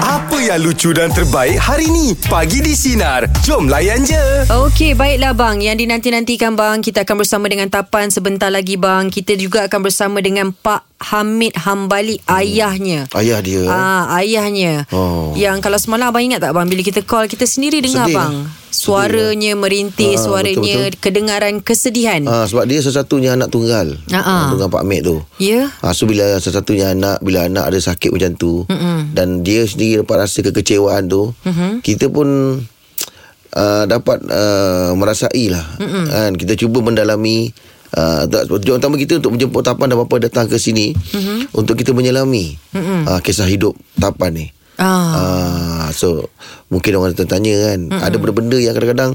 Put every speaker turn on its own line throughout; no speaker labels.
Apa yang lucu dan terbaik hari ni? Pagi di Sinar. Jom layan je.
Okey, baiklah bang. Yang dinanti-nantikan bang, kita akan bersama dengan Tapan sebentar lagi bang. Kita juga akan bersama dengan Pak Hamid Hambali ayahnya.
Hmm. Ayah dia
Ah, ayahnya.
Oh.
Yang kalau semalam abang ingat tak bang bila kita call kita sendiri dengar
Sedih.
bang. Suaranya merintih,
Ah,
suaranya
betul-betul.
kedengaran kesedihan.
ha, Sebab dia sesatunya anak tunggal
Ha, ha.
Anak Tunggal Pak Mat tu
Ya.
ha, So bila sesatunya anak Bila anak ada sakit macam tu Mm-mm. Dan dia sendiri dapat rasa kekecewaan tu mm-hmm. Kita pun uh, Dapat uh, merasai lah kan? Kita cuba mendalami Uh, tak, tujuan utama kita untuk menjemput Tapan dan Bapa datang ke sini mm-hmm. Untuk kita menyelami mm-hmm. uh, Kisah hidup Tapan ni
Ah.
Ah, so mungkin orang tertanya kan mm-hmm. ada benda-benda yang kadang-kadang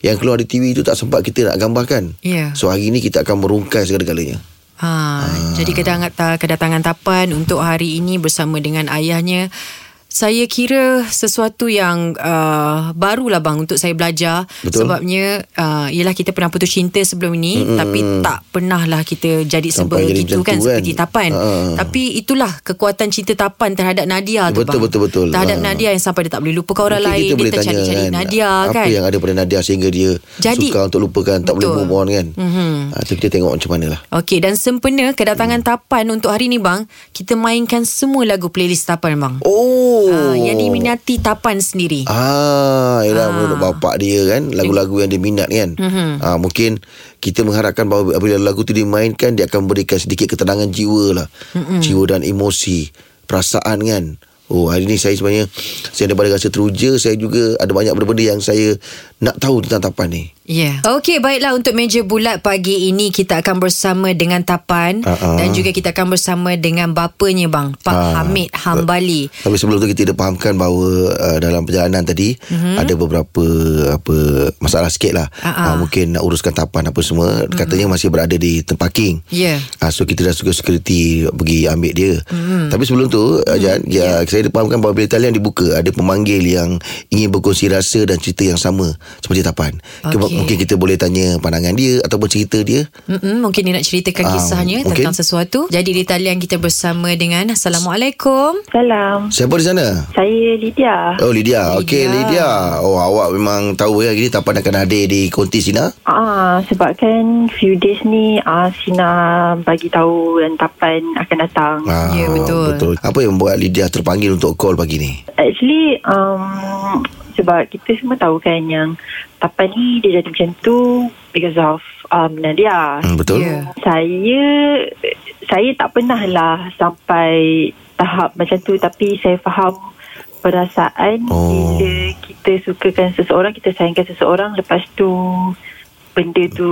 yang keluar di TV itu tak sempat kita nak gambarkan.
Ya.
So hari ini kita akan merungkai segala-galanya.
Ha, jadi
Ah.
kedatangan ta- kedatangan Tapan untuk hari ini bersama dengan ayahnya saya kira sesuatu yang uh, barulah bang untuk saya belajar
Betul.
sebabnya uh, ialah kita pernah putus cinta sebelum ni mm tapi tak pernahlah kita jadi
Sampai jadi
sebegitu
macam
kan,
tu, kan?
seperti Tapan
Ha.
tapi itulah kekuatan cinta Tapan terhadap Nadia tu
Betul,
bang
betul, betul.
terhadap
Ha.
Nadia yang sampai dia tak boleh lupakan orang
Mungkin
lain
kita boleh
dia
tanya
tercari-cari
kan
Nadia
apa
kan
yang ada pada Nadia sehingga dia
Jadi-
sukar untuk lupakan tak boleh
Betul.
move on kan. Mm-hmm. Ha, so kita tengok macam mana lah.
Okey dan sempena kedatangan
Hmm.
Tapan untuk hari ni bang kita mainkan semua lagu playlist Tapan bang
Oh.
Ah, yang diminati Tapan sendiri.
Ah,
Ah.
ialah
Mhm.
ah. menurut bapak dia kan lagu-lagu yang dia minat kan. Mm-hmm. Ah, mungkin kita mengharapkan bahawa bila lagu tu dimainkan dia akan berikan sedikit ketenangan jiwa lah.
Mhm.
Mm-hmm. Jiwa dan emosi, perasaan kan. Oh, hari ni saya sebenarnya saya daripada rasa teruja, saya juga ada banyak benda-benda yang saya nak tahu tentang tapan ni.
Ya. Yeah. Okey, baiklah untuk meja bulat pagi ini kita akan bersama dengan Tapan
Ah, ah.
dan juga kita akan bersama dengan bapanya bang, Pak
Ah,
Hamid Hambali.
Tapi sebelum tu kita dah fahamkan bahawa uh, dalam perjalanan tadi mm-hmm. ada beberapa apa masalah sikit lah.
Mhm. Ah, Mhm. ah.
Uh, mungkin nak uruskan tapan apa semua. Mm-hmm. Katanya masih berada di tempat parking.
Ya.
Uh, so kita dah suka security pergi ambil dia.
Hmm.
Mm-hmm. Tapi sebelum tu mm-hmm. Jan, ya, saya dah fahamkan bahawa bila talian dibuka ada pemanggil yang ingin berkongsi rasa dan cerita yang sama seperti tapan. Ke-
Okey.
Mungkin kita boleh tanya pandangan dia ataupun cerita dia.
Mm-mm, mungkin dia nak ceritakan
Ah,
kisahnya
mungkin.
tentang sesuatu. Jadi di talian kita bersama dengan Assalamualaikum.
Salam.
Siapa di sana?
Saya Lydia.
Oh Lydia. Okey
Lydia.
Lydia. Oh awak memang tahu ya hari ni tapan akan hadir di Konti Sina.
Ah, sebab kan few days ni ah, Sina bagi tahu dan Tapan akan datang.
Ah,
Ya, betul.
betul. Apa yang membuat Lydia terpanggil untuk call pagi ni?
Actually, um, sebab kita semua tahu kan yang Tapan ni dia jadi macam tu because of um, Nadia.
Hmm, betul.
Ya.
Saya saya tak pernah lah sampai tahap macam tu tapi saya faham perasaan
Oh.
oh. bila kita sukakan seseorang, kita sayangkan seseorang lepas tu benda tu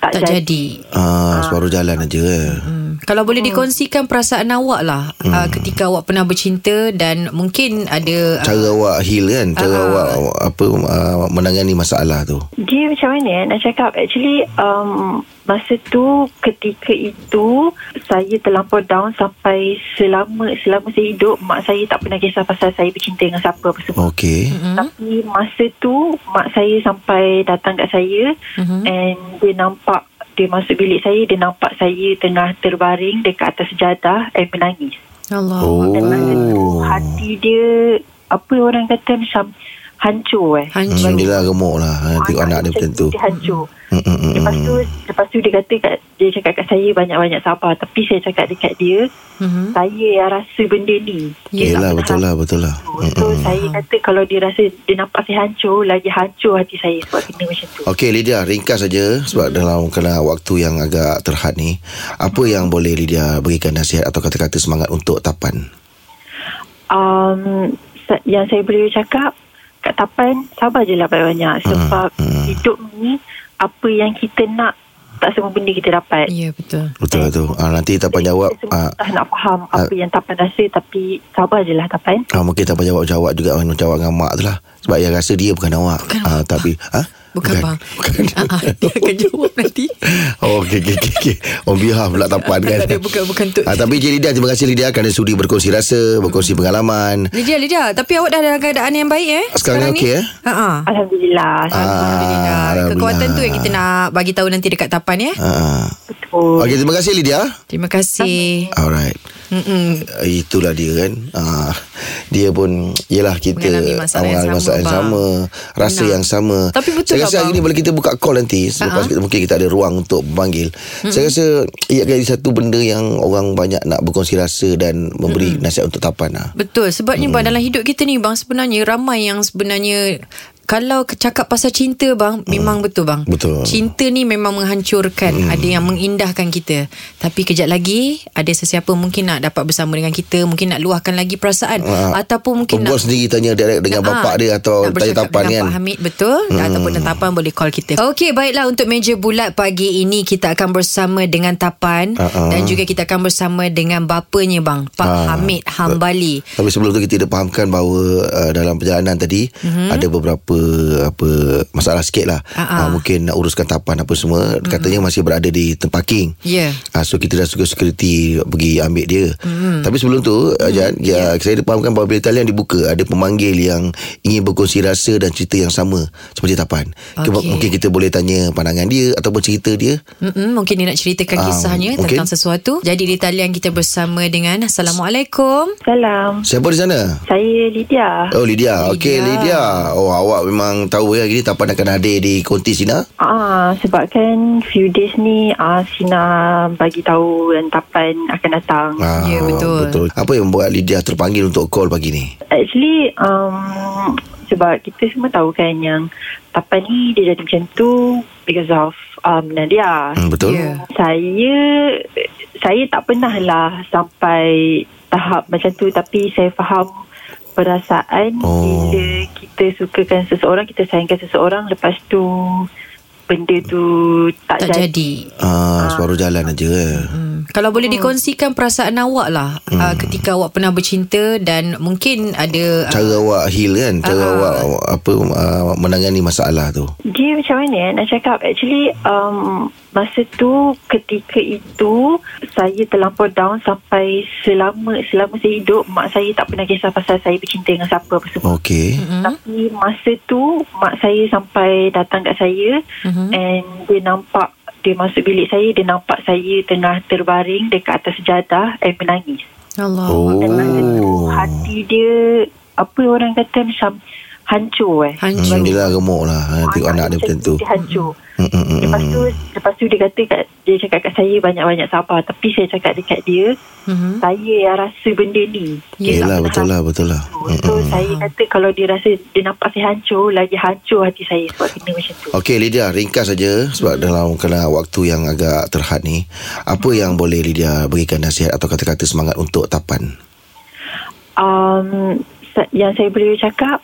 tak,
Tak
jadi.
jadi.
Ah, separuh jalan aja. eh.
Hmm. Kalau boleh dikongsikan perasaan awak lah
Hmm.
ah, ketika awak pernah bercinta dan mungkin ada ah,
Cara awak heal kan, cara
Ah.
awak awak apa ah, menangani masalah tu.
Dia macam mana eh, nak cakap Actually um, Masa tu Ketika itu Saya terlampau down Sampai selama Selama saya hidup Mak saya tak pernah kisah Pasal saya bercinta dengan siapa Apa semua
Okey.
hmm. Tapi masa tu Mak saya sampai Datang kat saya
Mhm.
hmm. And dia nampak Dia masuk bilik saya Dia nampak saya Tengah terbaring Dekat atas sejadah And menangis
Allah.
Dan masa tu
Oh.
Hati dia Apa orang kata Macam Hancur eh
Hmm,
Hancur.
yelah gemuk lah ha, Tengok anak dia macam tu
Dia hancur
Mm, mm, mm,
Lepas tu
mm.
Lepas tu dia kata kat, Dia cakap kat saya Banyak-banyak sabar Tapi saya cakap dekat dia
Mhm.
Saya yang rasa benda ni Dia
Yelah
tak
betul
pernah
lah Betul lah
hancur.
Mm,
So
mm.
saya kata Kalau dia rasa Dia nampak saya hancur Lagi hancur hati saya Sebab kena macam tu
Okey Lydia Ringkas saja Sebab dalam kena waktu yang agak terhad ni Apa yang boleh Lydia Berikan nasihat atau kata-kata semangat Untuk Tapan
um, sa- Yang saya boleh cakap Kat Tapan Sabar je lah
Mm,
banyak-banyak Sebab Hidup ni Apa yang kita nak Tak semua benda kita dapat
Ya betul.
Betul lah tu ha, Nanti Tapan jawab
Kita semua
ha,
susah nak faham Apa yang Tapan rasa Tapi Sabar je lah Tapan
ah, ha, Mungkin Tapan jawab Jawab juga Macam jawab ah, dengan mak tu lah Sebab Sebab yang rasa dia bukan awak
Bukan
Ah,
awak,
Tapi ha?
Bukan, bang.
Bukan
Ah, ah, dia akan jawab nanti.
Oh okay, okay, okay, okay. On behalf pula tapan kan
Tak ada, bukan- bukan untuk-
ah, Tapi Cik Lidia Terima kasih Lidia Kerana sudi berkongsi rasa Berkongsi pengalaman
Lidia, Lidia. Tapi awak dah dalam keadaan yang baik eh?
Sekarang ni okey, eh? Ah,
Ha-ha.
Alhamdulillah.
ha. Alhamdulillah.
Alhamdulillah.
Kekuatan tu yang kita nak bagi tahu nanti dekat Tapan eh.
ah.
Betul.
Okay terima kasih Lidia
Terima kasih.
Alright Mm-mm. Itulah dia kan ah, Dia pun Yelah kita
Mengalami masalah yang
mengalami masalah yang
sama,
sama Rasa
Benar.
yang sama
Tapi betul
Saya
tak,
rasa hari
bang?
ni Bila kita buka call nanti Selepas kita, mungkin kita ada ruang Untuk panggil Saya rasa Ia jadi satu benda yang Orang banyak nak berkongsi rasa Dan memberi nasihat untuk tapan lah.
Betul. Sebabnya bang dalam hidup kita ni bang sebenarnya ramai yang sebenarnya kalau ke- cakap pasal cinta bang memang betul bang.
Hmm. Betul. Hmm.
Cinta ni memang menghancurkan, ada yang mengindahkan kita. Tapi kejap lagi ada sesiapa mungkin nak dapat bersama dengan kita, mungkin nak luahkan lagi perasaan
Ah.
ataupun mungkin nak
Perempuan sendiri tanya direct
Ah,
dengan bapak dia atau
nak
tanya
bercakap
tapan
dengan
kan.
Pak Hamid betul hmm. ataupun dengan tapan boleh call kita. Okey baiklah untuk meja bulat pagi ini kita akan bersama dengan tapan
Ah, ah.
dan juga kita akan bersama dengan bapanya bang Pak
Ah.
Hamid Hambali.
Tapi sebelum tu kita dipahamkan bahawa uh, dalam perjalanan tadi mm-hmm. ada beberapa apa masalah sikit lah.
Mhm. Ah, Mhm. ah.
Uh, mungkin nak uruskan tapan apa semua mm-hmm. katanya masih berada di tempat parking.
Ya.
Ah, so kita dah suka security pergi ambil dia.
Mhm.
Mm. Tapi sebelum tu mm. Jan, ya, saya dipahamkan bahawa bila talian dibuka ada pemanggil yang ingin berkongsi rasa dan cerita yang sama seperti Tapan.
Okey.
Ke- Mungkin kita boleh tanya pandangan dia ataupun cerita dia.
Mm-mm, mungkin dia nak ceritakan
Ah,
kisahnya
mungkin.
tentang sesuatu. Jadi di talian kita bersama dengan Assalamualaikum.
Salam.
Siapa di sana?
Saya Lydia.
Oh Lydia.
Lydia.
Okey Lydia. Oh awak memang tahu ya hari ni Tapan akan hadir di Konti Sina.
Ah, sebab kan few days ni ah, Sina bagi tahu rentapan akan datang.
Ah,
Ya, betul.
betul. Apa yang membuat Lydia terpanggil untuk call pagi ni?
Actually um, Sebab kita semua tahu kan Yang Tapan ni Dia jadi macam tu Because of um, Nadia
Hmm, betul.
Ya.
Saya Saya tak pernah lah Sampai Tahap macam tu Tapi saya faham Perasaan
Oh.
Bila kita sukakan seseorang Kita sayangkan seseorang Lepas tu Benda tu Tak,
Tak
jadi,
jadi.
Ah, separuh jalan aja. Eh.
Hmm. Kalau boleh dikongsikan perasaan awak lah hmm. uh, ketika awak pernah bercinta dan mungkin ada ah,
Cara awak heal kan, cara
Ah.
awak awak apa ah, menangani masalah tu.
Dia macam mana eh, nak cakap Actually um, Masa tu Ketika itu Saya terlampau down Sampai selama Selama saya hidup Mak saya tak pernah kisah Pasal saya bercinta dengan siapa Apa semua
Okey.
hmm. Tapi masa tu Mak saya sampai Datang kat saya
Mhm.
And dia nampak Dia masuk bilik saya Dia nampak saya Tengah terbaring Dekat atas sejadah And menangis
Allah.
Oh.
Dan masa tu Hati dia Apa orang kata Macam Hancur eh
Hancur.
Hmm, dia lah gemuk lah. Ah, Tengok anak dia macam tu.
Dia hancur
Hmm, hmm, hmm,
Lepas tu
hmm.
Lepas tu dia kata kat, Dia cakap kat saya Banyak-banyak sabar Tapi saya cakap dekat dia
Mhm.
Saya yang rasa benda ni Dia tak
Yelah,
pernah
betul lah,
rasa
betul lah.
tu.
Hmm,
So
hmm.
saya kata Kalau dia rasa Dia nampak saya hancur Lagi hancur hati saya Sebab kena macam tu
Okey Lydia, ringkas saja sebab dalam kena waktu yang agak terhad ni. Apa yang boleh Lydia berikan nasihat atau kata-kata semangat untuk Tapan?
um, sa- Yang saya boleh cakap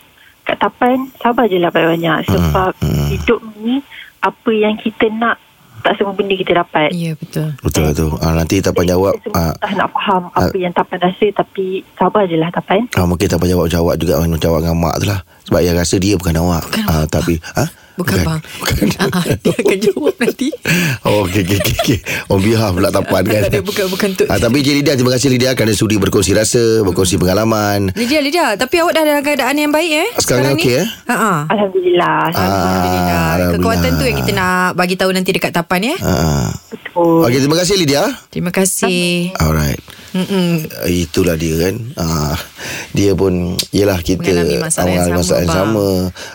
Kat Tapan Sabar je lah banyak-banyak Sebab
hmm.
hidup ni Apa yang kita nak Tak semua benda kita dapat
Ya betul.
Betul lah tu. Ah, nanti Tapan jawab.
Kita semua
Ah,
tak nak faham Apa yang Tapan rasa Tapi sabar je lah Tapan
Ah, mungkin tak payah jawab-jawab juga Macam jawab dengan mak tu lah Sebab yang rasa dia bukan awak bukan ah, Tapi ha?
Bukan, bang.
Bukan
Ah, ah, dia akan jawab nanti.
Oh okay, okay, okay, okay. On behalf pula tapan kan
Tak ada, bukan- bukan untuk-
ah, Tapi Cik Lidia Terima kasih Lidia Kerana sudi berkongsi rasa Berkongsi pengalaman
Lidia, Lidia. Tapi awak dah dalam keadaan yang baik eh?
Sekarang ni okey, eh?
Ha ah.
Alhamdulillah
Alhamdulillah.
Alhamdulillah.
Kekuatan tu yang kita nak bagi tahu nanti dekat Tapan ya.
ah.
Betul
Okay terima kasih Lidia
Terima kasih.
Alright
Mm-mm.
Ah, Itulah dia kan ah, Dia pun Yelah kita
Mengalami masalah yang
mengalami
sama,
masalah yang
bang.
sama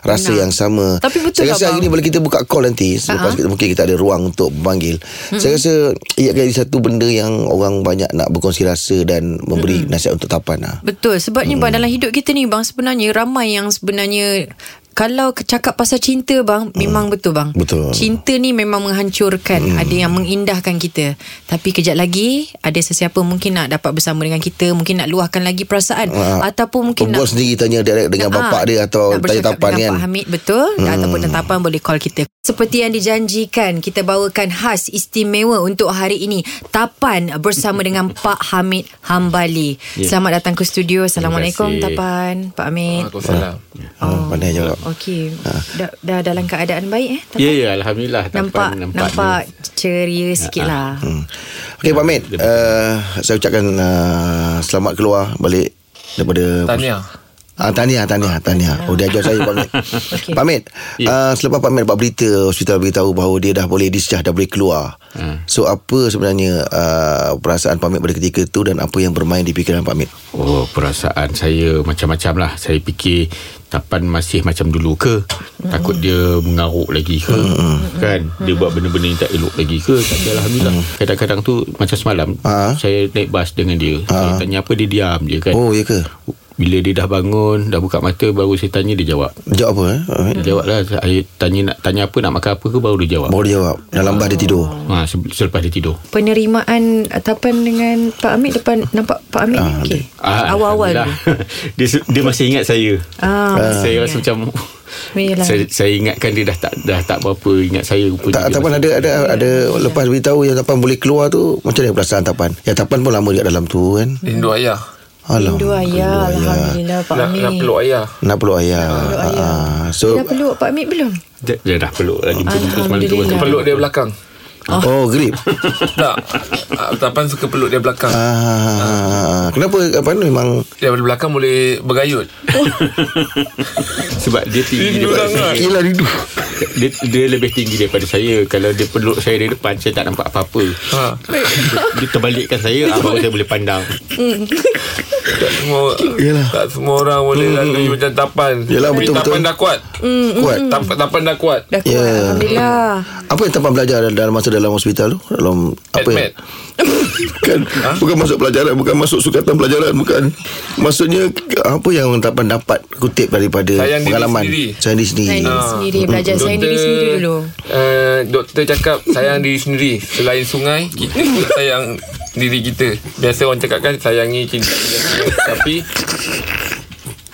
Rasa
Benar.
yang sama
Tapi betul
Saya
tak,
rasa hari
bang?
ni Bila kita buka call nanti Selepas
Ha-ha.
kita, mungkin kita ada ruang Untuk panggil Saya rasa Ia jadi satu benda yang Orang banyak nak berkongsi rasa Dan memberi nasihat untuk tapan lah
Betul. Sebabnya bang dalam hidup kita ni bang sebenarnya ramai yang sebenarnya Kalau ke- cakap pasal cinta bang, memang betul bang.
Hmm. Betul. Hmm.
Cinta ni memang menghancurkan. Ada yang mengindahkan kita. Tapi kejap lagi ada sesiapa mungkin nak dapat bersama dengan kita, mungkin nak luahkan lagi perasaan
Ah,
ataupun mungkin
Perempuan
nak
sendiri tanya direct dengan bapak
Ah,
dia atau
nak
tanya
bercakap
tapan
dengan
kan.
Pak Hamid betul hmm. ataupun tetapan boleh call kita. Seperti yang dijanjikan, kita bawakan khas istimewa untuk hari ini. Tapan bersama dengan Pak Hamid Hambali. Selamat datang ke studio. Assalamualaikum
kasih.
Tapan, Pak Hamid.
Waalaikumsalam.
Oh, pandai jawab.
Okey. Dah, dah dalam keadaan baik eh?
Ya, ya. Alhamdulillah.
nampak
tampaknya-
nampak, nampak ceria sikit lah.
Hmm. Okey Pak Hamid, uh, saya ucapkan uh, selamat keluar balik daripada
Tahniah.
Ah, tahniah, tahniah, tahniah. Oh, dia ajar saya Pak Hamid.
Okey.
Pak Hamid, uh, selepas Pak Hamid dapat berita hospital beritahu bahawa dia dah boleh discharge, dah boleh keluar.
Hmm.
So, apa sebenarnya uh, perasaan Pak Hamid pada ketika itu dan apa yang bermain di fikiran Pak Hamid?
Oh, perasaan saya macam-macam lah. Saya fikir Tapan masih macam dulu ke? Takut dia mengaruk lagi ke? Kan? Dia buat benda-benda yang tak elok lagi ke? Tapi Alhamdulillah. Kadang-kadang tu macam semalam,
Ah.
saya naik bas dengan dia. Saya tanya apa, dia diam je kan?
Oh, ya ke?
Bila dia dah bangun, dah buka mata, baru saya tanya, dia jawab.
Jawab apa? Eh? Pak Hamid?
Dia jawab lah. Saya tanya, nak tanya apa, nak makan apa ke, baru dia jawab.
Baru dia jawab. Dalam bah dia tidur.
Ha, se- selepas dia tidur.
Penerimaan Tapan dengan Pak Hamid depan nampak Pak Hamid
Ah,
okey.
Ah,
Awal-awal dulu.
Alhamdulillah. dia, se- dia masih ingat saya
Ah, lah.
Saya rasa macam
Yelah.
saya, saya ingatkan dia dah tak Dah tak berapa ingat saya rupanya
Tak,
Oh, dia
Tapan
masih-
ada ada ada lepas beritahu yang Tapan boleh keluar tu macam mana perasaan Tapan? Ya Tapan pun lama dekat dalam tu kan.
Rindu ayah.
Alah.
Rindu ayah ya, Alhamdulillah Pak
Nak,
Amir
nak Lah, peluk ayah.
Nak peluk ayah.
peluk
Ah,
ayah.
ah. So
Dah peluk Pak Amir belum?
dia, dia dah peluk lah, lagi
Alhamdulillah.
Peluk dia belakang.
Oh, grip.
tak. Ah, Tapan suka peluk dia belakang.
Ah, kenapa apa ni memang
Dia dari belakang boleh bergayut.
Sebab dia tinggi
Rindu
daripada
sangat.
saya
Yelah rindu.
dia, dia lebih tinggi daripada saya Kalau dia peluk saya dari depan Saya tak nampak apa-apa
Ha.
Dia, dia terbalikkan saya ah, Baru saya boleh pandang
Tak semua
Yelah.
tak semua orang boleh lalui macam Tapan.
Yelah,
Tapi
betul,
Tapan
betul.
dah kuat.
Kuat.
Tapan, tapan dah kuat.
Dah kuat
Ya.
Alhamdulillah
Apa yang Tapan belajar dalam- dalam masa dalam hospital tu? Dalam apa
Admit.
yang bukan bukan masuk pelajaran, bukan masuk sukatan pelajaran, bukan. Maksudnya apa yang Tapan dapat kutip daripada
Sayang diri
pengalaman?
sendiri. Ha.
Sayang diri sendiri.
Sayang diri sendiri Belajar sayang diri sendiri dulu
Uh, doktor cakap sayang diri sendiri. Selain sungai, kita pun sayang diri kita. Biasa orang cakap kan sayangi cinta. Tapi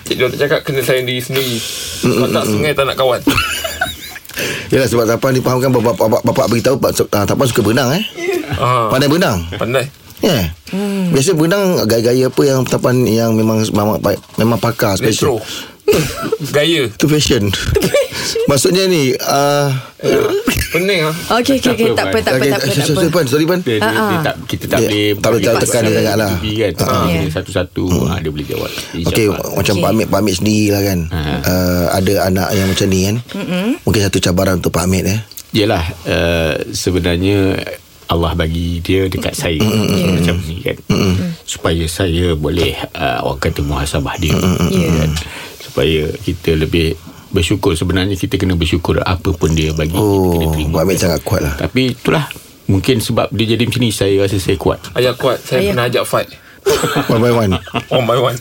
Cik Doktor cakap kena sayang diri sendiri. Kalau tak sungai tak nak kawan.
Yalah sebab Tapan ni fahamkan bapak, bapak, bapak beritahu Pak ah, Tapan suka berenang eh.
Ha.
Pandai berenang.
Pandai.
Ya. Yeah. Hmm. Biasa berenang gaya-gaya apa yang Tapan yang memang memang, memang pakar
Retro.
special.
Gaya.
Tu fashion. Maksudnya ni uh,
Pening ah.
Okey okey okey tak
Tak
apa
apa,
tak apa tak apa, tak apa.
sorry, Pan, sorry Pan.
dia, dia,
Ah, ah.
dia tak, Kita tak
Dia-
boleh
tak boleh
boleh
tekan dia
paksa
sangat lah.
tubi kan. Tapi
Ah.
dia
Ya.
Satu-satu ah, Dia boleh jawab
Okey macam
Okey.
Pak Amir Pak Amir sendiri lah kan
Ha.
uh, Ada anak yang macam ni kan Mungkin satu cabaran untuk Pak Amir eh
Yelah uh, Sebenarnya Allah bagi dia dekat saya Macam ni kan Supaya saya boleh uh, Orang kata muhasabah dia
Ya.
kan? Supaya kita lebih bersyukur Sebenarnya kita kena bersyukur Apa pun dia bagi kita kena
Oh
terima.
Pak Amir sangat kuat lah
Tapi itulah Mungkin sebab dia jadi macam ni Saya rasa saya kuat
Ayah kuat. Saya
Ayah.
pernah ajak fight.
One by one
One by one.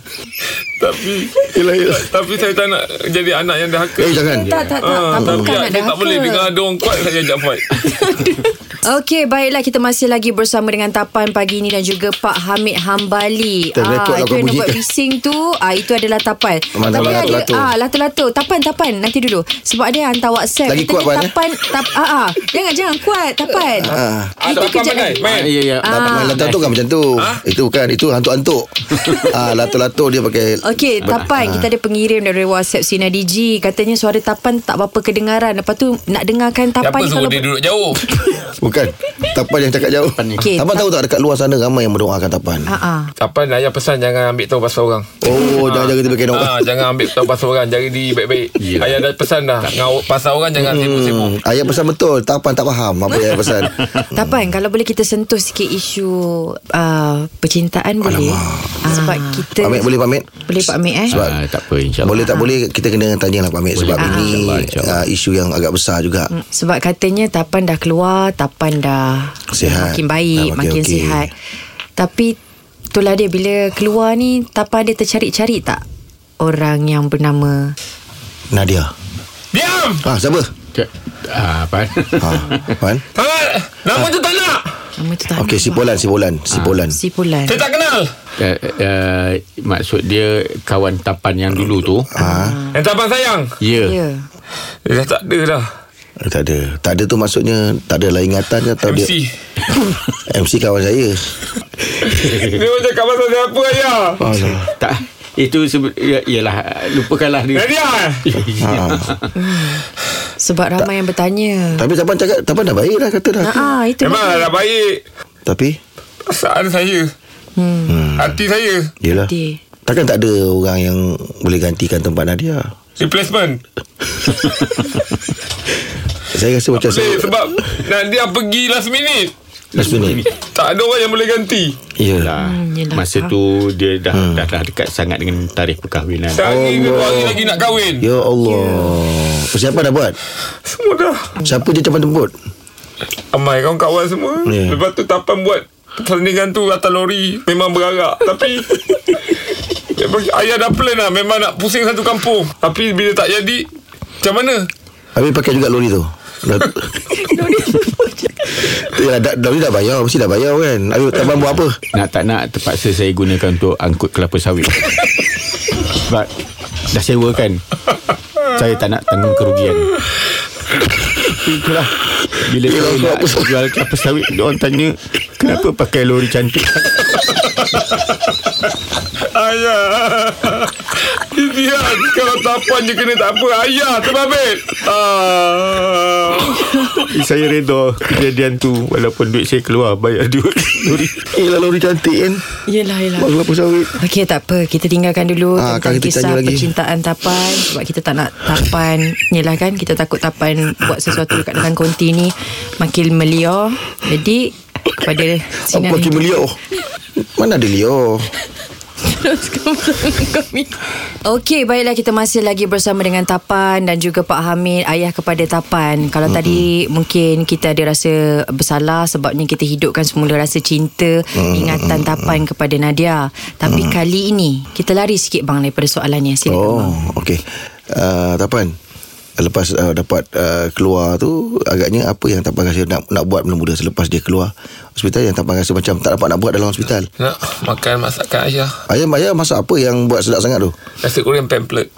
tapi
Yelah yelah
tapi saya tak nak jadi anak yang dahaka.
Eh jangan
Tak tak tak tak apa,
Ah, tapi
bukan nak
saya tak boleh dengar
dah
ada orang kuat saya ajak fight.
Okey baiklah kita masih lagi bersama dengan Tapan pagi ini dan juga Pak Hamid Hambali.
Tak rekod lah
itu
kau
yang
bunyikan.
buat bising tu ah itu adalah Tapan.
Mana
Tapi ada
lato-lato.
ah lato-lato Tapan Tapan nanti dulu sebab ada yang hantar WhatsApp
Lagi
kita
kuat,
ni
Pan, eh?
Tapan tap, ah, ah jangan jangan kuat Tapan.
Ah,
Ah,
Kita
Tapan
kejap
pandai.
lagi.
Main.
ya, ya.
Lata ah. lata tu kan macam tu. Itu bukan itu hantuk-hantuk. ah lato-lato dia pakai.
Okey,
Ah.
Tapan. Kita ada pengirim dari WhatsApp Sina DG. Katanya suara Tapan tak berapa kedengaran. Lepas tu nak dengarkan Tapan
Siapa
ni
suruh
kalau...
dia duduk jauh?
Bukan. Tapan yang cakap jauh.
Okey.
Tapan tahu tak dekat luar sana ramai yang berdoakan Tapan.
Ah, ah.
Tapan ayah pesan jangan ambil tahu pasal orang.
Oh, jangan jaga tiba kena.
Ah, jangan ambil tahu pasal orang. Jangan di baik-baik.
Ya.
Ayah dah pesan dah. Ngau pasal orang jangan sibuk-sibuk.
Hmm, ayah pesan betul. Tapan tak faham apa yang ayah pesan.
Tapan, kalau boleh kita sentuh sikit isu uh, percintaan boleh? Ah. Sebab kita...
Pamit boleh pamit.
Boleh Pak Amir eh?
Sebab
Ah, tak apa insyaAllah
boleh tak boleh kita kena tanyalah Pak Mek
Boleh.
sebab
Ah.
ini
InsyaAllah, insyaAllah.
ah, isu yang agak besar juga.
Sebab katanya Tapan dah keluar, Tapan dah
Sihat.
makin baik,
Dah makin
makin
okey.
sihat. Tapi itulah dia bila keluar ni Tapan dia tercari-cari tak orang yang bernama
Nadia
Diam
Ha siapa?
Cak, ah, apa?
Ha Wan
Tak nak Nama tu tak nak
Nama tu tak
Okey si
nampak.
Polan si Polan
Ah.
si Polan
Si Polan
Saya tak kenal
uh, uh, maksud dia kawan tapan yang dulu tu.
Ha
Yang tabang sayang
Ya. Yeah.
Ya
Dia dah tak ada dah
eh, Tak ada Tak ada tu maksudnya Tak adalah ingatan ke atau
MC
dia MC kawan saya
Dia macam kabar saya apa ayah
Alah
Tak itu sebe- ya- ialah lupakanlah dia.
Nadia eh?
Ya.
Sebab ramai yang bertanya
Ah, Tapi Tapan cakap Tapan dah baik dah kata dah
Ah, itu
Memang
dia.
dah baik
Tapi
Perasaan saya
Ha.
hmm. Hati saya
Yelah
Dia.
Takkan tak ada orang yang Boleh gantikan tempat Nadia
Replacement
Saya rasa macam
Boleh
saya
sebab Nadia pergi last minute
Last minute
Tak ada orang yang boleh ganti
Yelah
Lah.
Hmm, yelah.
Masa tu dia dah, hmm. dah dah dekat sangat dengan tarikh perkahwinan.
Sehari ke dua hari lagi nak kahwin
Ya Allah
Ya.
Siapa dah buat?
Semua dah
Siapa je capan tempur?
Amai kawan-kawan semua
Ya.
yeah. Lepas tu Tapan buat Pertandingan tu atas lori Memang berarak Tapi Ya, Ayah dah plan lah Memang nak pusing satu kampung Tapi bila tak jadi Macam mana
Habis pakai juga lori tu Dah- Yelah, dah, lori dah bayar Mesti dah bayar kan Habis Tapan buat apa?
Nak tak nak terpaksa saya gunakan untuk angkut kelapa sawit. Sebab dah sewa kan. Saya tak nak tanggung kerugian. Itulah bila saya nak jual kelapa sawit dia orang tanya kenapa pakai lori cantik.
Ayah Kesian Kalau Tapan je kena tak apa Ayah terbabit ah.
saya reda kejadian tu walaupun duit saya keluar bayar duit lori.
Eh lah lori cantik kan
Yelah yelah
Buat kelapa sawit
Okey tak apa Kita tinggalkan dulu Tentang
Ah, akan kita
kisah
tanya lagi.
percintaan tapan Sebab kita tak nak tapan Yelah kan Kita takut tapan Buat sesuatu dekat dalam konti ni Makin melior Jadi Kepada
Apa
Sinar
makin beliau Mana ada liau
Okey baiklah kita masih lagi bersama dengan Tapan dan juga Pak Hamid ayah kepada Tapan. Kalau mm-hmm. tadi mungkin kita ada rasa bersalah sebabnya kita hidupkan semula rasa cinta mm-hmm. ingatan Tapan kepada Nadia. Tapi mm-hmm. kali ini kita lari sikit bang daripada soalannya silakan. Oh.
Oh, okey. Uh, Tapan, lepas uh, dapat uh, keluar tu agaknya apa yang Tapan rasa nak nak buat mula-mula selepas dia keluar hospital yang Tapan rasa macam tak dapat nak buat dalam hospital.
Nak makan masakan Ayah
Ayam ayam masak apa yang buat sedap sangat tu?
Nasi goreng pamphlet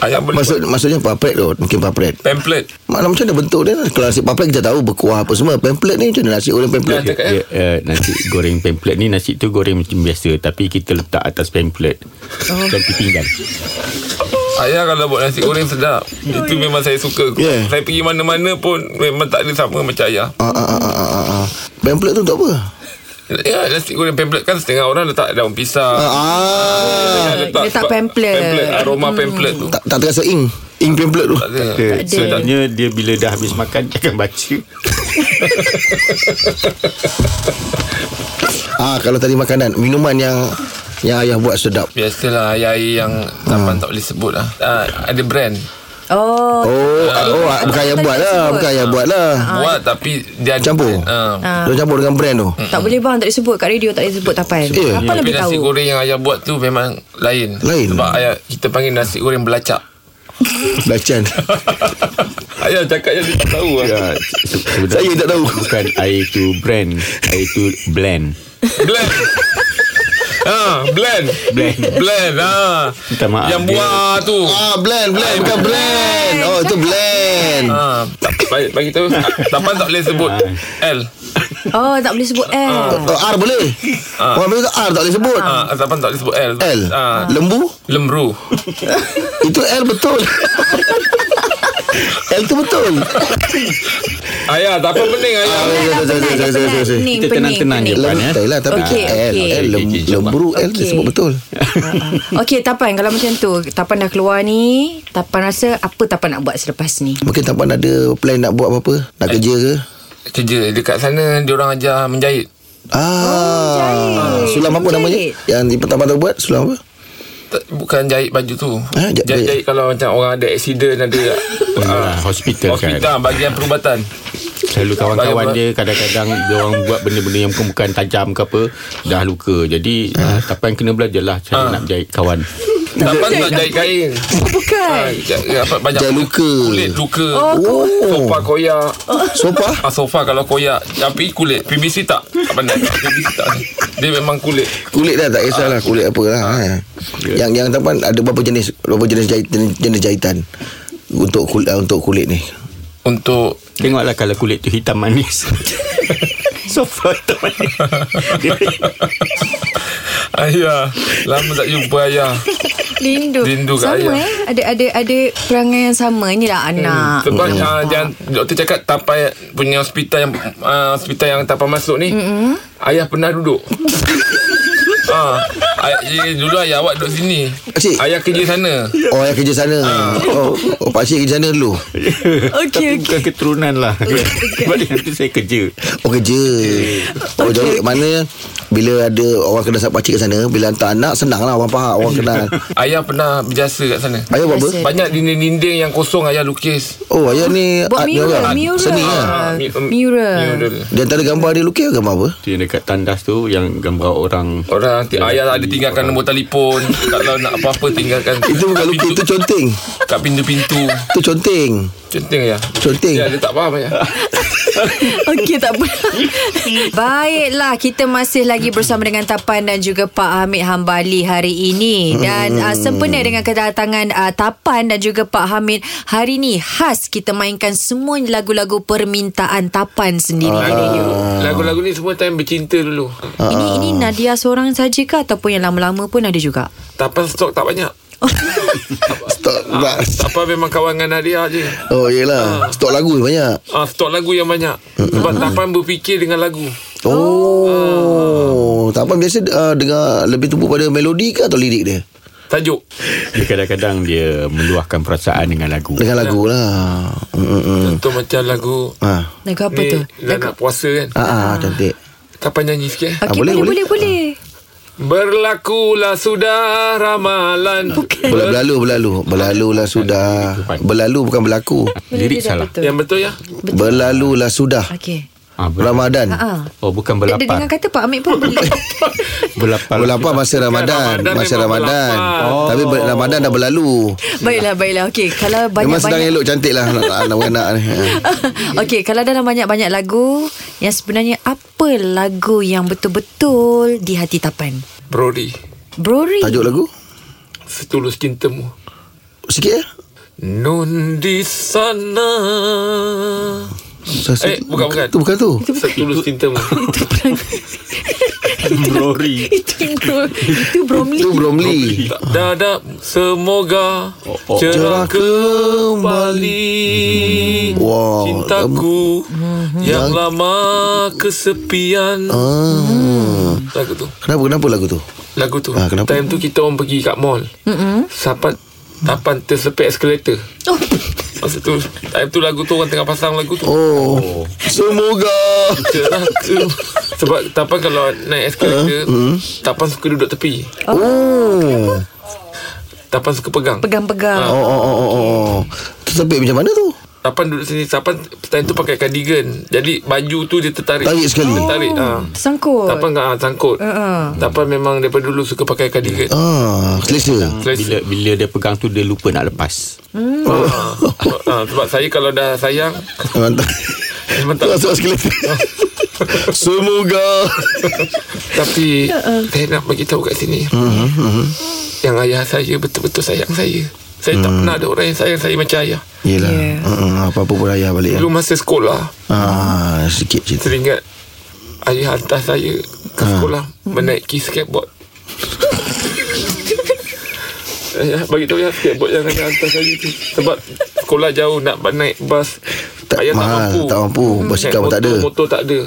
Ayah boleh
Maksud
Maksud
maksudnya papret tu, mungkin papret.
Pamphlet
Mana macam mana bentuk dia? Kalau nasi papret kita tahu berkuah apa semua. Pamphlet ni macam mana nasi goreng pamphlet?
Dah cakap eh?
Ya, uh, nasi goreng pamphlet ni nasi tu goreng macam biasa tapi kita letak atas pamphlet.
Oh.
Dan pinggan.
Ayah kalau buat nasi goreng sedap Itu memang saya suka
Yeah.
Saya pergi mana-mana pun Memang tak ada sama macam ayah
Ah, ah, ah, ah, ah, ah. Pamphlet tu untuk apa?
Ya nasi goreng pamphlet kan Setengah orang letak
Ah,
daun pisang
ah.
Setengah
letak
sebab
pamphlet. Hmm.
pamphlet Aroma pamphlet tu
Tak, tak terasa ing Ing pamphlet tu
Tak ada
Dia,
ada.
sebenarnya dia bila dah habis makan dia akan baca.
Ah, Kalau tadi makanan Minuman yang Yang ayah buat sedap
Biasalah air-air yang Tapan tak boleh sebut lah Ah, Ada brand
oh.
Oh, ah, oh ah, bukan ayah buat lah Bukan ayah buat lah
Ah, ya.
Buat tapi Dia ada
Campur
brand. Ah.
Dia campur dengan brand tu
Tak boleh bang tak disebut kat radio tak boleh sebut Tapan.
Eh,
Tapan
Tapi
lebih tahu.
nasi goreng yang ayah buat tu Memang lain
Lain.
Sebab ayah Kita panggil nasi goreng belacak
Belacan
Ayah cakap yang dia tak tahu lah
Ya, se- sebenarnya
Saya tak tahu.
Bukan air tu brand, air tu blend.
Blend Ha, blend
Blend.
Blend ha.
Minta maaf.
Yang buah tu
Ah, blend, blend Bukan blend Oh, itu blend
Ha, tak, bagi, bagi tahu Tapan tak boleh sebut
Ah.
L
Oh tak boleh sebut eh.
Oh, R boleh Orang bilang R tak boleh sebut
ha, Tapan tak boleh sebut L
L
ha,
Lembu
Lemru
Itu L betul L tu betul
Ayah Tapan pening ayah
Sorry, sorry, sorry, sorry, sorry.
Pening,
Kita
pening,
tenang-tenang je,
pening.
Pan, eh.
Lem- Tak yelah lah, Tapi
Okey,
L
okey.
L lem-
Okey, jom,
Lembu L
Okey.
dia sebut betul
Ha, Okey Tapan Kalau macam tu Tapan dah keluar ni Tapan rasa Apa Tapan nak buat selepas ni
Mungkin Tapan ada plan nak buat apa-apa
Eh.
Nak kerja ke
Kerja dekat sana Diorang ajar menjahit
Oh,
Ah, sulam apa namanya? Yang pertama tu buat sulam apa?
Tak, Bukan jahit baju tu
Ha, jahit-
jahit, jahit kalau macam orang ada aksiden Ada
Ah, hospital, hospital
hospital Bagian perubatan
kan. Selalu kawan-kawan
Bayar-
dia kadang-kadang dia orang buat benda-benda
Ah.
yang ah, lah bukan tajam ke apa dah luka. Jadi uh, Tapan kena belajarlah cara nak jahit kawan.
Tapan nak jahit kain
Bukan.
Ah, ja- ja- apa, Banyak
Jahit luka.
Kulit luka
Oh.
Sofa koyak
Sofa
ah, Sofa kalau koyak Tapi kulit PVC tak Tak pandai tak PVC tak Dia memang kulit
Kulit dah tak
Ah,
kisahlah Kulit apa lah ha. Yang yang tampan Ada berapa jenis Berapa jenis jahitan Jenis jahitan Untuk kulit Untuk kulit ni
Untuk
Tengoklah kalau kulit tu hitam manis Sofa hitam manis
Ayah Lama tak jumpa ayah
Rindu.
Rindu kat
sama
ayah.
eh. Ada ada ada perangai yang sama. Inilah anak.
Sebab hmm. uh, jangan, doktor cakap tapai punya hospital yang uh, hospital yang tapai masuk ni. Mm-hmm. Ayah pernah duduk. ah, ay- eh, dulu ayah awak duduk sini.
Cik.
Ayah kerja sana.
Oh yang kerja sana
Ah.
Oh, oh pakcik kerja sana dulu
Tapi
Okey
bukan
okey.
keturunan lah Sebab dia tu saya kerja
Oh kerja Oh jadi mana Bila ada Orang kenal sahabat pakcik kat sana Bila hantar anak Senang lah orang faham Orang kenal
Ayah pernah berjasa kat sana.
Ayah buat apa
Biasa.
Banyak dinding-dinding yang kosong ayah lukis.
Oh ayah ni
Buat
art ni
mural,
orang.
mural.
Seni lah
Ah, mi- um,
Mural.
mural.
Di antara gambar dia lukis gambar apa
Tu yang dekat tandas tu Yang gambar orang
Orang nanti ayah ada tinggalkan nombor telefon. Kalau nak apa-apa tinggalkan.
Itu bukan
Kat
lukis
pintu-
Itu conteng
Kat pintu-pintu.
Itu conteng
Centeng ayah.
Conteng
Ya, dia tak faham ayah.
Okey tak apa Baiklah Kita masih lagi bersama dengan Tapan Dan juga Pak Hamid Hambali hari ini Dan uh, sempena dengan kedatangan uh, Tapan Dan juga Pak Hamid Hari ini khas kita mainkan semua lagu-lagu permintaan Tapan sendiri
Ah.
hari ini
Lagu-lagu ni semua time bercinta dulu.
Ini, ini Nadia seorang saja ke Ataupun yang lama-lama pun ada juga
Tapan stok tak banyak.
Stok tak-
Apa memang kawan dengan Nadia je
Oh yelah Stok lagu banyak
Ah, stok lagu yang banyak Sebab Tapan berfikir dengan lagu
Oh Tak apa biasa uh, Dengar lebih tumpu pada melodi ke Atau lirik dia
Tajuk
Dia kadang-kadang dia Meluahkan perasaan dengan lagu
Dengan lagu lah mm, mm, mm.
Contoh macam lagu
Ah,
Lagu apa
Ni
tu?
Dah nak puasa kan
ah, ah, cantik
Tapan nyanyi sikit eh.
Okey
Ah, boleh,
boleh boleh boleh,
boleh.
Ah.
Berlakulah sudah ramalan
Bukan.
Bel- Berlalu berlalu Berlalu lah sudah Berlalu bukan berlaku
Lirik salah
Betul.
Yang betul ya
Berlalu lah sudah
Okey
ah, ber-
Ramadan
Ah.
Oh bukan
Dia dia
berlapar
dengan kata Pak Hamid pun boleh
Berlapar
Berlapar masa Ramadan
Ramadan
Masa
memang
Ramadan
berlapar.
oh. Tapi ber- Ramadan dah berlalu
Baiklah baiklah Okey kalau
Memang sedang
banyak-banyak
elok cantik lah Anak-anak ni Ah.
Okey, kalau dalam banyak-banyak lagu yang sebenarnya apa lagu yang betul-betul di hati Tapan?
Brody
Brori.
Tajuk lagu
Setulus cintamu
Sikit ya
Nun di sana Eh, bukan, bukan.
Tu bukan tu
Setulus cintamu
Brori
Itu itu, itu Bromley.
Tu Bromley
Dada Semoga
oh.
Cerah
Cerah kembali
Wow.
Hmm. Cintaku Yang lama Kesepian
ah.
Lagu tu
Kenapa kenapa lagu tu
Lagu tu
Ah, kenapa?
Time tu kita orang pergi kat mall mm-hmm. Sapat Tapan terselepek eskalator
Oh,
Masa tu Time tu lagu tu Orang tengah pasang lagu tu
Oh, Semoga
Cerah ke- Sebab Tapan kalau naik
Ah,
eskalator Tapan suka duduk tepi
hmm. Oh
Tapan suka pegang
Oh
pegang-pegang.
oh oh oh, oh. Tersepit macam mana tu
Tapan duduk sini Tapan time tu pakai cardigan Jadi baju tu dia tertarik
Tarik sekali.
Tertarik
Hmm,
ah.
Sangkut.
Tapan kan ah, sangkut
Uh-uh.
Tapan memang daripada dulu Suka pakai cardigan
Ah, selesa
bila,
Selesa
bila dia pegang tu Dia lupa nak lepas
ah. ah, Sebab saya kalau dah sayang
Mantap
Memang tak
Masuk sekali Semoga
Tapi Saya nak bagi tahu kat sini Yang ayah saya Betul-betul sayang saya Saya tak pernah ada orang yang sayang saya Macam ayah
Yelah
Yeah.
yeah. Apa-apa pun ayah balik ya.
Dulu masa sekolah
ah, Sikit cerita
Teringat Ayah hantar saya Ke
Ha.
sekolah Menaiki skateboard Ayah bagi tahu ya skateboard yang ayah hantar saya tu Sebab sekolah jauh nak naik bas
Tak
ayah Hmm,
mahal, tak mampu. Basikal pun
Naik
tak ada. Hmm.
motor, Motor tak ada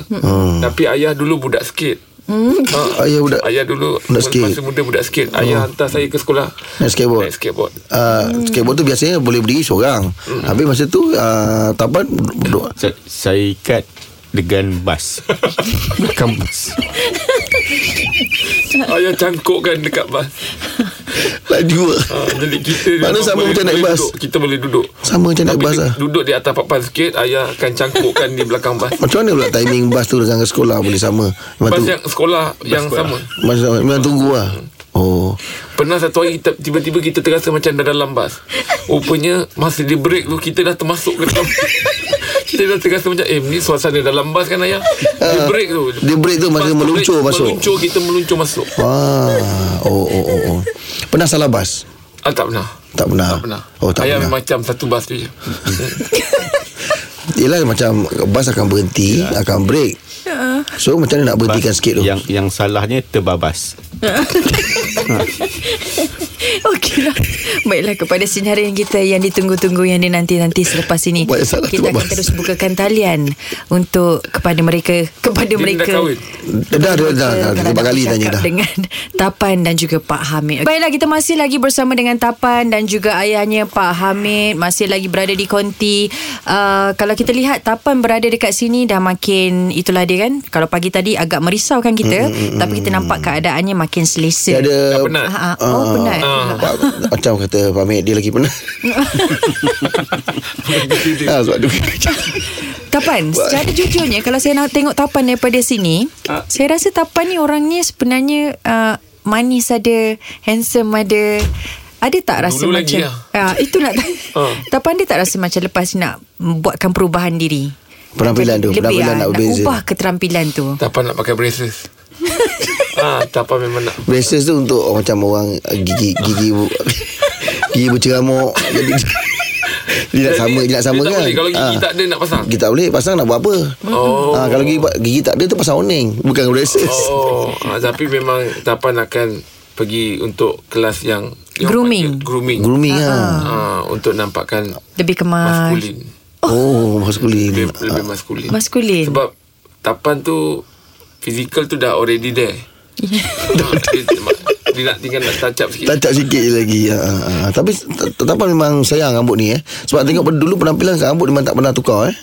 Tapi ayah dulu budak skate Ha,
Ayah budak-
Ayah dulu
budak skate.
Masa muda budak skate Ayah hantar saya ke sekolah
Naik skateboard.
Naik skateboard
Uh, skateboard tu biasanya boleh berdiri seorang Habis masa tu uh, Tapan duduk
Sa- Saya ikat Dengan bas Belakang bas
Ayah cangkukkan dekat bas
Laju
ha, Jadi kita
Mana
memang
sama
boleh-
macam naik
boleh
bas?
duduk, Kita boleh duduk
Sama macam naik
Tapi
bas
dia
lah
Duduk di atas papan sikit Ayah akan cangkukkan di belakang bas
Macam mana pula timing bas tu dengan sekolah boleh sama Memang
Bas
tu
yang sekolah Yang sama
Masa memang tunggu lah Oh
Pernah satu hari kita, Tiba-tiba kita terasa Macam dah dalam bas Rupanya Masa dia break tu Kita dah termasuk ke dalam Kita dah terasa macam Eh ni suasana dalam bas kan ayah Dia break tu
Dia Ah, break tu masa
Lepas
meluncur
break,
masuk.
Meluncur kita meluncur masuk
Wah Oh oh oh, oh. Pernah salah bas?
Ah tak pernah
Tak pernah
Tak pernah
Oh tak
Ayah
pernah
macam satu bas tu je
Yelah macam Bas akan berhenti Akan break So macam mana nak berhentikan sikit tu
Yang yang salahnya terbabas.
Okeylah. lah. Baiklah kepada sinarian kita yang ditunggu-tunggu yang dia nanti-nanti selepas ini.
Buat yang salah tu,
Kita akan
Babas.
terus bukakan talian untuk kepada mereka kepada
Dia ni
mereka.
dah kahwin
Dah dah dah, dah, dah,
Kalau
Berapa
dapat
kali
bercakap
tanya dah
Dengan Tapan dan juga Pak Hamid Baiklah kita masih lagi bersama dengan Tapan Dan juga ayahnya Pak Hamid Masih lagi berada di konti uh, Kalau kita lihat Tapan berada dekat sini Dah makin Itulah dia kan Kalau pagi tadi agak merisaukan
Mm,
kita Tapi kita nampak keadaannya makin selesa
Dia ada
Dah penat
Ah, ah. Oh
Ah,
penat
Pak, Macam kata Pak Mek Dia lagi penat ha, Sebab dia
Tapan Secara jujurnya Kalau saya nak tengok Tapan daripada sini
Ah.
Saya rasa Tapan ni orangnya Sebenarnya uh, Manis ada Handsome ada ada tak rasa
Dulu
macam
lagi lah.
ah, Itu nak
Ah.
Tapan dia tak rasa macam Lepas ni nak Buatkan perubahan diri
Penampilan
Jadi
tu,
lebih
penampilan
lah,
nak berbeza.
ubah keterampilan tu
Tapan nak pakai braces Ah, Tapan memang nak
Braces tu untuk oh, Macam orang eh, Gigi Gigi bu- Gigi berceramuk Jadi Dia nak sama Dia nak sama
dia tak
kan
boleh. Kalau gigi
Ah.
tak ada nak pasang.
Gigi tak boleh Pasang nak buat apa
Oh.
Ah, Kalau gigi, gigi tak ada tu pasang oning Bukan braces
Oh, ah, tapi memang Tapan akan pergi untuk kelas yang yang
Grooming.
panggil grooming.
Grooming lah
Ah, untuk nampakkan
Lebih kemas
maskulin.
Oh maskulin
Lebih, lebih maskulin.
Maskulin.
Sebab Tapan tu physical tu dah already there. Ah, dia, dia nak tinggal nak touch up sikit.
Tancap sikit je lagi ha, ha, ha. Tapi Tetapan memang sayang rambut ni eh Sebab tengok pada dulu penampilan Rambut memang tak pernah tukar eh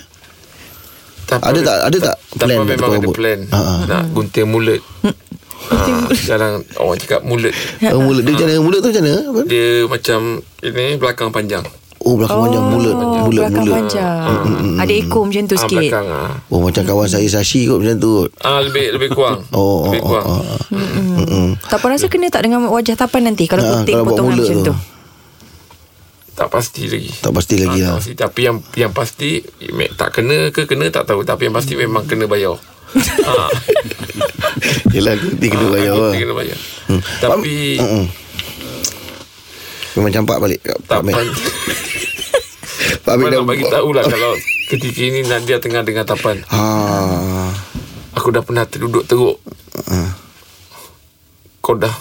Tapan,
Ada tak- ada tak plan
Tapan
nak
memang
tukar
ada
rambut?
plan.
Ah, ah.
Nak gunting mulut. Ah, sekarang orang cakap mulut
uh, Mulut dia macam mana Mulut tu macam mana Apa?
dia macam ini belakang panjang.
Oh belakang panjang Mulut Mulut
Oh, belakang
mulut
panjang
mm,
Ada ekor macam tu
Ah,
sikit
belakang ah.
Oh macam kawan saya Sashi kot macam tu kot
Ah lebih lebih kurang.
Oh, oh,
lebih
oh,
kurang.
oh, oh.
Tapan rasa kena Mm, tak dengan wajah Tapan nanti Kalau
Ah,
putih
kalau buat
potongan
mulut
macam
tu.
tu,
Tak pasti lagi.
Tak pasti lagi
Ah, tak
lah
pasti. Tapi yang yang pasti me- tak kena ke kena tak tahu. Tapi yang pasti memang kena bayar. ah,
Yelah Dia kena bayar
kita
lah
Ah,
hmm,
kena bayar. Tapi
Memang campak balik kat Pak
tak
Mek
pan,
Pak Mek
pan
dah
nak bagi tahulah kalau ketika ini Nadia tengah dengar tapan.
ha.
Aku dah pernah terduduk teruk.
Hmm.
Kau dah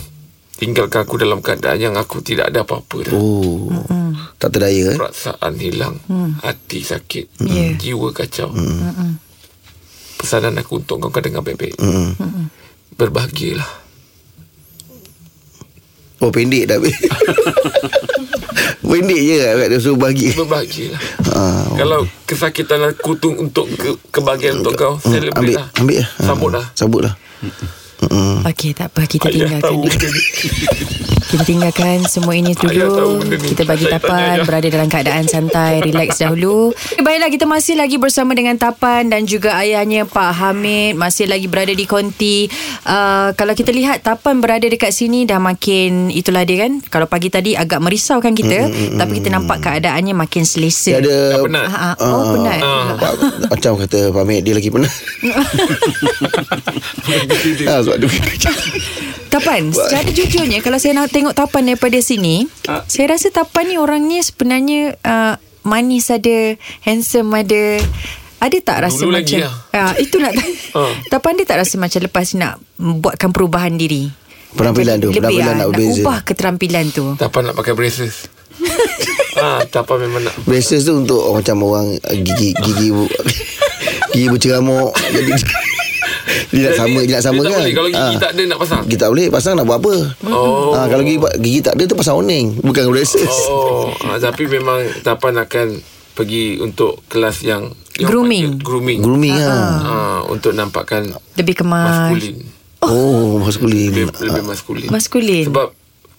tinggalkan aku dalam keadaan yang aku tidak ada apa-apa dah.
Oh Tak terdaya eh
Perasaan hilang Hati sakit
Hmm. Ya. Hmm.
Jiwa kacau Pesanan aku untuk kau kau dengar baik-baik
Hmm.
Berbahagialah
Oh pendek dah Pendek je lah, kat dia suruh bagi
Berbahagialah
ha.
Oh.
Kalau kesakitan aku tu Untuk ke, kebahagiaan untuk kau
Hmm.
Celebrate
Ambil
lah
Ambil lah
Sambut lah
Sambut lah
Okey tak apa Kita
Ayah
tinggalkan
tahu
dulu
benda ni.
Kita tinggalkan semua ini
Ayah tahu
dulu.
benda ni.
Kita bagi
Saya tanya
Tapan
ayah.
berada dalam keadaan santai, relax dahulu. Eh, Baiklah, kita masih lagi bersama dengan Tapan dan juga ayahnya Pak Hamid. Masih lagi berada di konti. Uh, kalau kita lihat Tapan berada dekat sini dah makin, itulah dia kan. Kalau pagi tadi agak merisaukan kita. tapi kita nampak keadaannya makin
Dia
selesa.
ada
Dah penat
Ah, ah. oh,
Ah.
penat.
Pak, Macam kata Pak Mek Dia lagi penat ha, Sebab dia
Tapan, secara jujurnya kalau saya nak tengok Tapan daripada sini,
Ah.
saya rasa Tapan ni orangnya sebenarnya uh, manis ada, handsome ada. Ada tak rasa
Dulu
macam
lagi lah.
Ah, itu nak
Ah.
Tapan dia tak rasa macam lepas ni nak buatkan perubahan diri.
Penampilan tu
Lebih
Penampilan
ah,
nak berbeza
ubah keterampilan tu.
Tapan nak pakai braces ah, Tapan memang nak
Braces tu untuk oh, Macam orang eh, Gigi Gigi bu- Gigi berceramuk Jadi Dia nak sama Dia nak sama
dia tak
kan
boleh. Kalau
Ah.
gigi tak ada nak pasang
Gigi tak boleh Pasang nak buat apa
Oh.
Ah, Kalau gigi, gigi tak ada tu pasang oning Bukan braces
Oh, ah, tapi memang Tapan akan pergi untuk kelas yang, yang
Grooming. Ah.
panggil grooming.
Grooming lah
Ah, untuk nampakkan
Lebih kemas.
maskulin.
Oh maskulin
Lebih, lebih maskulin.
Maskulin.
Sebab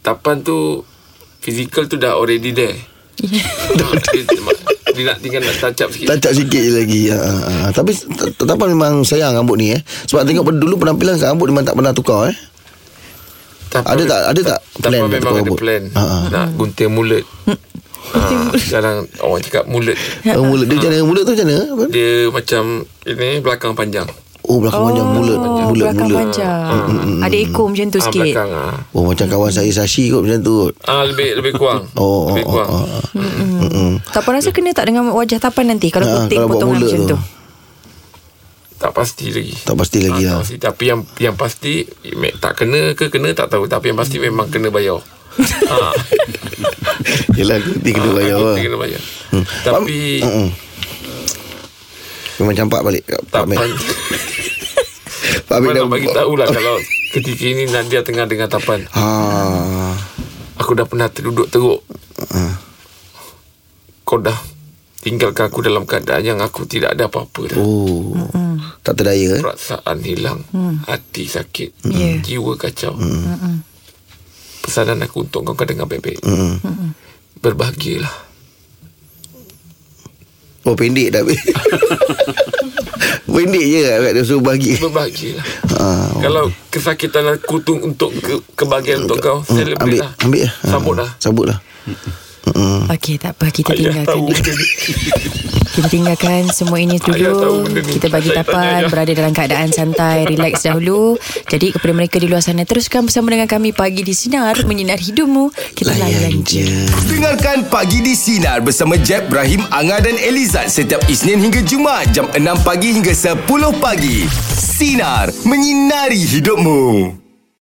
Tapan tu physical tu dah already there. Ah, dia, dia nak tinggal nak touch up sikit.
Tancap sikit je lagi ha, ha, ha. Tapi t- Tetapan memang sayang rambut ni eh Sebab tengok pada dulu penampilan Rambut memang tak pernah tukar eh
Tapi-
Ada tak- ada tak plan
Tapi
nak
memang ada
terperabot?
plan
Ha, ha.
Nak gunting mulut ha, Jarang orang cakap mulut
Uh, mulut dia macam mana? Mulut tu macam mana? Abang?
Dia macam Ini belakang panjang
Oh belakang panjang mulut. Mulut
belakang
mulut. Mm,
panjang. Mm, Ada ekor macam tu
Ah,
sikit.
belakang ah.
Oh macam kawan
Hmm.
saya Sashi kot macam tu kot.
Ah lebih lebih kurang.
Oh, oh,
lebih
oh,
kurang.
oh, oh. Mm-mm.
Mm, Tapan rasa kena tak dengan wajah tapan nanti kalau
Ha,
gunting
kalau buat
potongan
mulut
macam tu.
tu.
Tak pasti lagi.
Tak pasti lagi lah.
Ah, tak pasti. Tapi yang yang pasti me- tak kena ke kena tak tahu. Tapi yang pasti memang kena bayar. ah,
Yelah kita kena bayar lah. Hmm,
kita kena bayar. Tapi
Mm-mm. Memang campak balik kat Pak
tak
Mek.
pan-
Pak Mek
Tapan
dah
nak bagi tahu lah kalau ketika ini Nadia tengah dengar tapan.
Ha.
Aku dah pernah terduduk teruk.
Hmm.
Kau dah tinggalkan aku dalam keadaan yang aku tidak ada apa-apa dah.
Oh. Tak terdaya eh.
perasaan hilang hati sakit
Ya.
jiwa kacau
Hmm.
pesanan aku untuk kau kau dengar baik-baik
Hmm.
berbahagialah
Oh pendek dah. pendek je kat dia suruh bagi.
berbahagialah
Ha.
kalau kesakitan aku tu untuk ke, kebahagiaan untuk kau
Hmm. ambil
celebrate lah
ambil lah. Ha,
sambut lah
Sambut lah.
Okey, tak apa. Kita
Ayah
tinggalkan.
tahu benda ni.
Kita tinggalkan semua ini
Ayah tahu
dulu.
benda ni.
Kita bagi
Saya tanya
tapan
ayah.
berada dalam keadaan santai, relax dahulu. Jadi kepada mereka di luar sana teruskan bersama dengan kami pagi di sinar menyinar hidupmu. Kita layan,
Layan
je.
je.
Dengarkan Pagi di Sinar bersama Jeb, Ibrahim, Anga dan Elizad setiap Isnin hingga Jumaat jam 6 pagi hingga 10 pagi. Sinar. Menyinari hidupmu.